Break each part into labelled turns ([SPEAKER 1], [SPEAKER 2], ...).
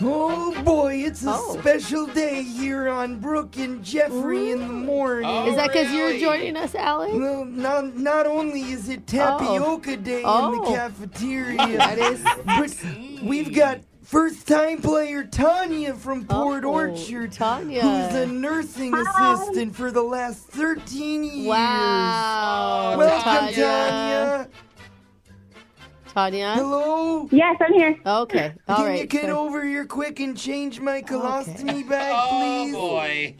[SPEAKER 1] Oh boy, it's a special day here on Brooke and Jeffrey in the morning.
[SPEAKER 2] Is that because you're joining us, Alex?
[SPEAKER 1] Well, not, not only is it tapioca day in the
[SPEAKER 2] Oh.
[SPEAKER 1] cafeteria, but we've got first time player Tanya from Port
[SPEAKER 2] Oh,
[SPEAKER 1] Orchard,
[SPEAKER 2] Tanya.
[SPEAKER 1] who's a nursing assistant for the last 13 years.
[SPEAKER 2] Wow.
[SPEAKER 1] Welcome,
[SPEAKER 2] Tanya.
[SPEAKER 1] Tanya.
[SPEAKER 2] Tanya?
[SPEAKER 1] Hello?
[SPEAKER 3] Yes, I'm here.
[SPEAKER 2] Okay. All
[SPEAKER 1] Can
[SPEAKER 2] right.
[SPEAKER 1] you get
[SPEAKER 2] So-
[SPEAKER 1] over here quick and change my colostomy bag, please?
[SPEAKER 4] Boy.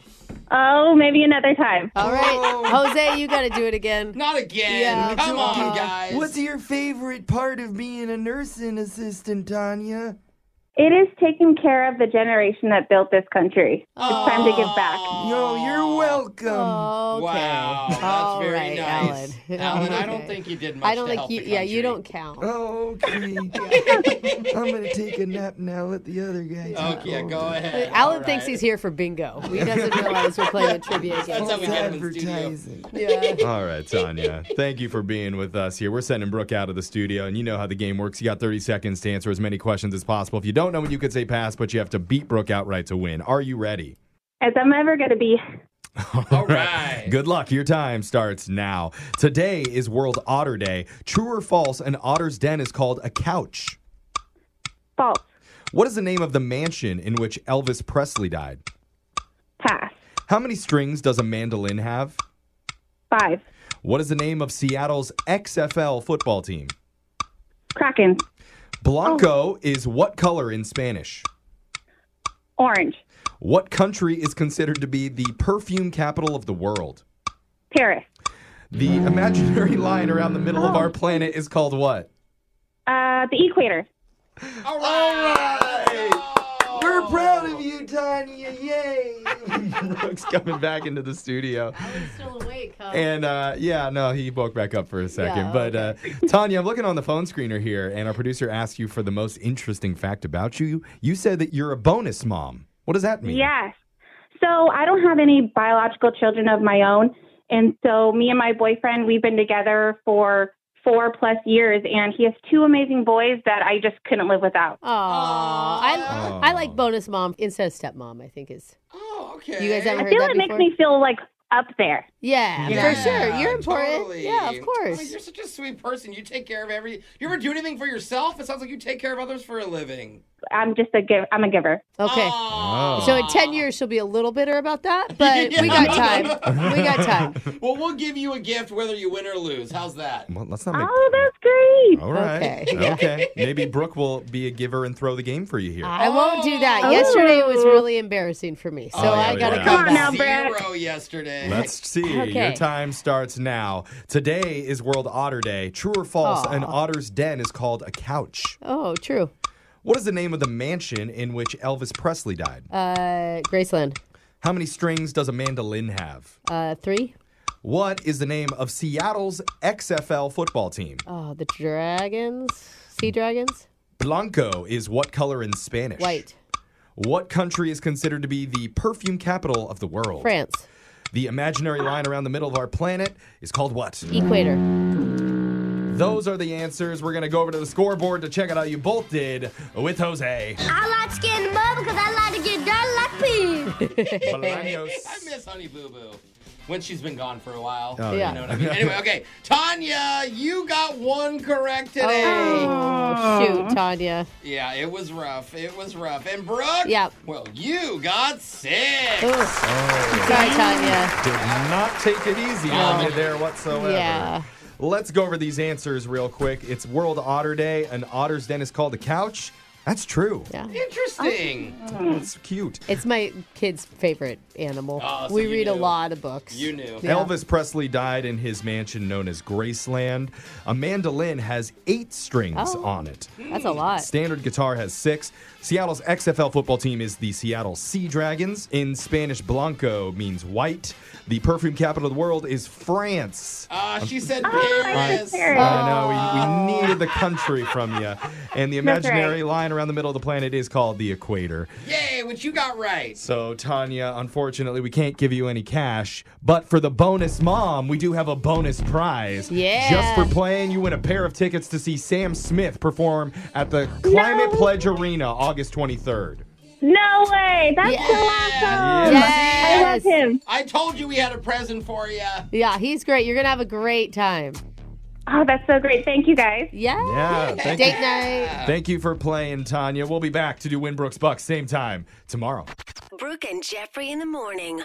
[SPEAKER 3] Oh, maybe another time.
[SPEAKER 2] all right.
[SPEAKER 1] Oh.
[SPEAKER 2] Jose, you got to do it again.
[SPEAKER 4] Not again.
[SPEAKER 2] Yeah,
[SPEAKER 4] Come
[SPEAKER 2] come
[SPEAKER 4] on,
[SPEAKER 2] on.
[SPEAKER 4] guys.
[SPEAKER 1] What's your favorite part of being a nursing assistant, Tanya?
[SPEAKER 3] It is taking care of the generation that built this country. It's time to give back.
[SPEAKER 1] Yo, you're welcome.
[SPEAKER 2] Okay.
[SPEAKER 4] Wow, that's
[SPEAKER 2] All
[SPEAKER 4] very
[SPEAKER 2] right,
[SPEAKER 4] nice.
[SPEAKER 2] Alan.
[SPEAKER 4] Alan, I don't
[SPEAKER 2] Okay.
[SPEAKER 4] think you did much
[SPEAKER 2] I don't
[SPEAKER 4] to
[SPEAKER 2] think
[SPEAKER 4] help
[SPEAKER 2] you.
[SPEAKER 4] the
[SPEAKER 2] Yeah, you
[SPEAKER 4] country.
[SPEAKER 2] don't count.
[SPEAKER 1] Oh, okay. I'm gonna take a nap now. Let the other guy. talk.
[SPEAKER 4] Okay, go ahead.
[SPEAKER 2] Alan
[SPEAKER 4] All
[SPEAKER 2] thinks
[SPEAKER 4] right.
[SPEAKER 2] he's here for bingo. He doesn't realize we're playing a trivia game.
[SPEAKER 4] That's how we
[SPEAKER 1] It's
[SPEAKER 4] get him in the studio.
[SPEAKER 1] advertising.
[SPEAKER 2] Yeah.
[SPEAKER 5] All right, Tanya. Thank you for being with us here. We're sending Brooke out of the studio, and you know how the game works. You got 30 seconds to answer as many questions as possible. If you don't know, you could say pass, but you have to beat Brooke outright to win. Are you ready?
[SPEAKER 3] As I'm ever going to be.
[SPEAKER 4] All right.
[SPEAKER 5] Good luck. Your time starts now. Today is World Otter Day. True or false, an otter's den is called a couch.
[SPEAKER 3] False.
[SPEAKER 5] What is the name of the mansion in which Elvis Presley died?
[SPEAKER 3] Pass.
[SPEAKER 5] How many strings does a mandolin have?
[SPEAKER 3] Five.
[SPEAKER 5] What is the name of Seattle's XFL football team?
[SPEAKER 3] Kraken.
[SPEAKER 5] Blanco is what color in Spanish?
[SPEAKER 3] Orange.
[SPEAKER 5] What country is considered to be the perfume capital of the world?
[SPEAKER 3] Paris. Oh.
[SPEAKER 5] The imaginary line around the middle of our planet is called what?
[SPEAKER 3] Uh, the equator.
[SPEAKER 4] All right.
[SPEAKER 1] We're proud of you, Tanya. Yay!
[SPEAKER 5] Brooks coming back into the studio.
[SPEAKER 2] He's still awake, huh?
[SPEAKER 5] And uh, yeah, no, he woke back up for a second.
[SPEAKER 2] Yeah,
[SPEAKER 5] but uh, Tanya, I'm looking on the phone screener here, and our producer asked you for the most interesting fact about you. You said that you're a bonus mom. What does that mean?
[SPEAKER 3] Yes. So I don't have any biological children of my own. And so me and my boyfriend, we've been together for four plus years, and he has two amazing boys that I just couldn't live without.
[SPEAKER 2] Aw, I, I like bonus mom instead of stepmom. I think is
[SPEAKER 4] Oh, okay.
[SPEAKER 2] you guys
[SPEAKER 3] I
[SPEAKER 4] Oh,
[SPEAKER 2] haven't heard
[SPEAKER 3] feel
[SPEAKER 2] that
[SPEAKER 3] it
[SPEAKER 2] before.
[SPEAKER 3] makes me feel like up there.
[SPEAKER 2] Yeah,
[SPEAKER 3] Yeah,
[SPEAKER 2] for sure. You're important.
[SPEAKER 4] totally.
[SPEAKER 2] Yeah, of
[SPEAKER 4] I mean,
[SPEAKER 2] course.
[SPEAKER 4] you're such a sweet person. You take care of every. You ever do anything for yourself? It sounds like you take care of others for a living.
[SPEAKER 3] I'm just a give. I'm a giver.
[SPEAKER 2] Okay. So in 10 years, she'll be a little bitter about that, but we got time. We got time.
[SPEAKER 4] well, we'll give you a gift whether you win or lose. How's that?
[SPEAKER 5] Well, let's not make.
[SPEAKER 3] Oh, that's great.
[SPEAKER 5] All right.
[SPEAKER 4] Okay.
[SPEAKER 5] Oh, Okay. Maybe Brooke will be a giver and throw the game for you here.
[SPEAKER 2] I won't do that.
[SPEAKER 3] Oh.
[SPEAKER 2] Yesterday was really embarrassing for me, so
[SPEAKER 5] Oh, yeah,
[SPEAKER 2] I
[SPEAKER 5] yeah.
[SPEAKER 2] got to
[SPEAKER 5] Come
[SPEAKER 2] come
[SPEAKER 5] on
[SPEAKER 2] back.
[SPEAKER 5] now,
[SPEAKER 4] Zero yesterday.
[SPEAKER 5] Let's see. Your
[SPEAKER 2] Okay.
[SPEAKER 5] time starts now. Today is World Otter Day. True or false, an
[SPEAKER 2] Aw.
[SPEAKER 5] otter's den is called a couch.
[SPEAKER 2] Oh, true.
[SPEAKER 5] What is the name of the mansion in which Elvis Presley died?
[SPEAKER 2] Uh, Graceland.
[SPEAKER 5] How many strings does a mandolin have?
[SPEAKER 2] Uh, three.
[SPEAKER 5] What is the name of Seattle's XFL football team?
[SPEAKER 2] Oh, the dragons. Sea dragons.
[SPEAKER 5] Blanco is what color in Spanish?
[SPEAKER 2] White.
[SPEAKER 5] What country is considered to be the perfume capital of the world?
[SPEAKER 2] France.
[SPEAKER 5] The imaginary line around the middle of our planet is called what?
[SPEAKER 2] Equator.
[SPEAKER 5] Those are the answers. We're going to go over to the scoreboard to check out how you both did with Jose.
[SPEAKER 6] I like to get in the mud because I like to get dirty like pee.
[SPEAKER 4] I miss Honey Boo Boo when she's been gone for a while.
[SPEAKER 5] Oh, yeah.
[SPEAKER 4] You know what I mean? anyway, okay. Tanya, you got one correct today.
[SPEAKER 2] Oh, shoot, Tanya.
[SPEAKER 4] Yeah, it was rough. It was rough. And Brooke,
[SPEAKER 2] Yep.
[SPEAKER 4] well, you got six.
[SPEAKER 2] Sorry, Tanya.
[SPEAKER 5] Did not take it easy on you there whatsoever.
[SPEAKER 2] Yeah.
[SPEAKER 5] Let's go over these answers real quick. It's World Otter Day. An otter's den is called a couch. That's true. Yeah.
[SPEAKER 4] Interesting.
[SPEAKER 5] That's cute.
[SPEAKER 2] It's my kid's favorite animal.
[SPEAKER 4] Oh, so
[SPEAKER 2] we
[SPEAKER 4] you
[SPEAKER 2] read a
[SPEAKER 4] knew.
[SPEAKER 2] lot of books.
[SPEAKER 4] You knew.
[SPEAKER 5] Elvis Presley died in his mansion known as Graceland. A mandolin has eight strings
[SPEAKER 2] Oh.
[SPEAKER 5] on it.
[SPEAKER 2] That's a lot.
[SPEAKER 5] Standard guitar has six. Seattle's XFL football team is the Seattle Sea Dragons. In Spanish, blanco means white. The perfume capital of the world is France. Um,
[SPEAKER 4] Ah, she said
[SPEAKER 2] Oh,
[SPEAKER 5] I,
[SPEAKER 4] Paris.
[SPEAKER 5] I know, we, we needed the country from you. And the
[SPEAKER 4] That's
[SPEAKER 5] imaginary line around the middle of the planet is called the equator.
[SPEAKER 4] Yay, which you got right.
[SPEAKER 5] So, Tanya, unfortunately, we can't give you any cash, but for the bonus mom, we do have a bonus prize.
[SPEAKER 2] Yeah.
[SPEAKER 5] Just for playing, you win a pair of tickets to see Sam Smith perform at the Climate Pledge Arena August 23rd.
[SPEAKER 3] No way. That's so awesome.
[SPEAKER 2] Yes.
[SPEAKER 3] I love him.
[SPEAKER 4] I told you we had a present for you.
[SPEAKER 2] Yeah, he's great. You're going to have a great time.
[SPEAKER 3] Oh, that's so great. Thank you guys.
[SPEAKER 2] Yeah.
[SPEAKER 5] Yeah. Thank
[SPEAKER 2] Date
[SPEAKER 5] you.
[SPEAKER 2] night.
[SPEAKER 5] Thank you for playing, Tanya. We'll be back to do Winbrooks Bucks same time tomorrow.
[SPEAKER 7] Brooke and Jeffrey in the morning.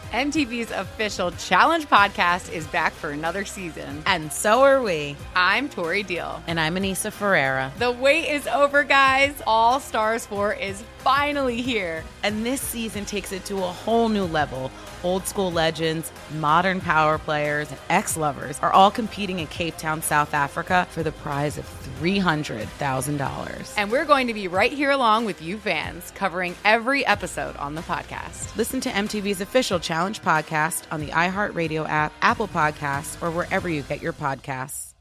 [SPEAKER 7] MTV's official challenge podcast is back for another season.
[SPEAKER 8] And so are we.
[SPEAKER 7] I'm Tori Deal.
[SPEAKER 8] And I'm Anissa Ferreira.
[SPEAKER 7] The wait is over, guys. All Stars 4 is finally here.
[SPEAKER 8] And this season takes it to a whole new level. Old school legends, modern power players, and ex lovers are all competing in Cape Town, South Africa for the prize of $300,000.
[SPEAKER 7] And we're going to be right here along with you fans, covering every episode on the podcast.
[SPEAKER 8] Listen to MTV's official challenge podcast on the iHeartRadio app, Apple Podcasts, or wherever you get your podcasts.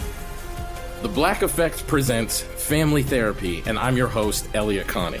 [SPEAKER 9] The Black Effect presents Family Therapy, and I'm your host, Elliot Connie.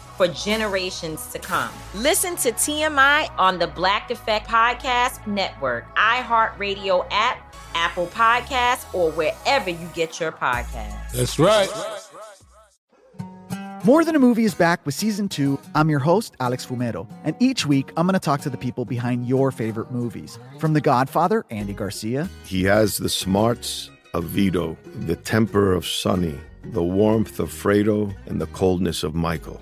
[SPEAKER 10] for generations to come. Listen to TMI on the Black Effect Podcast Network, iHeartRadio app, Apple Podcasts, or wherever you get your podcasts.
[SPEAKER 11] That's right. More Than a Movie is back with season two. I'm your host, Alex Fumero, and each week I'm going to talk to the people behind your favorite movies. From The Godfather, Andy Garcia,
[SPEAKER 12] He has the smarts of Vito, the temper of Sonny, the warmth of Fredo, and the coldness of Michael.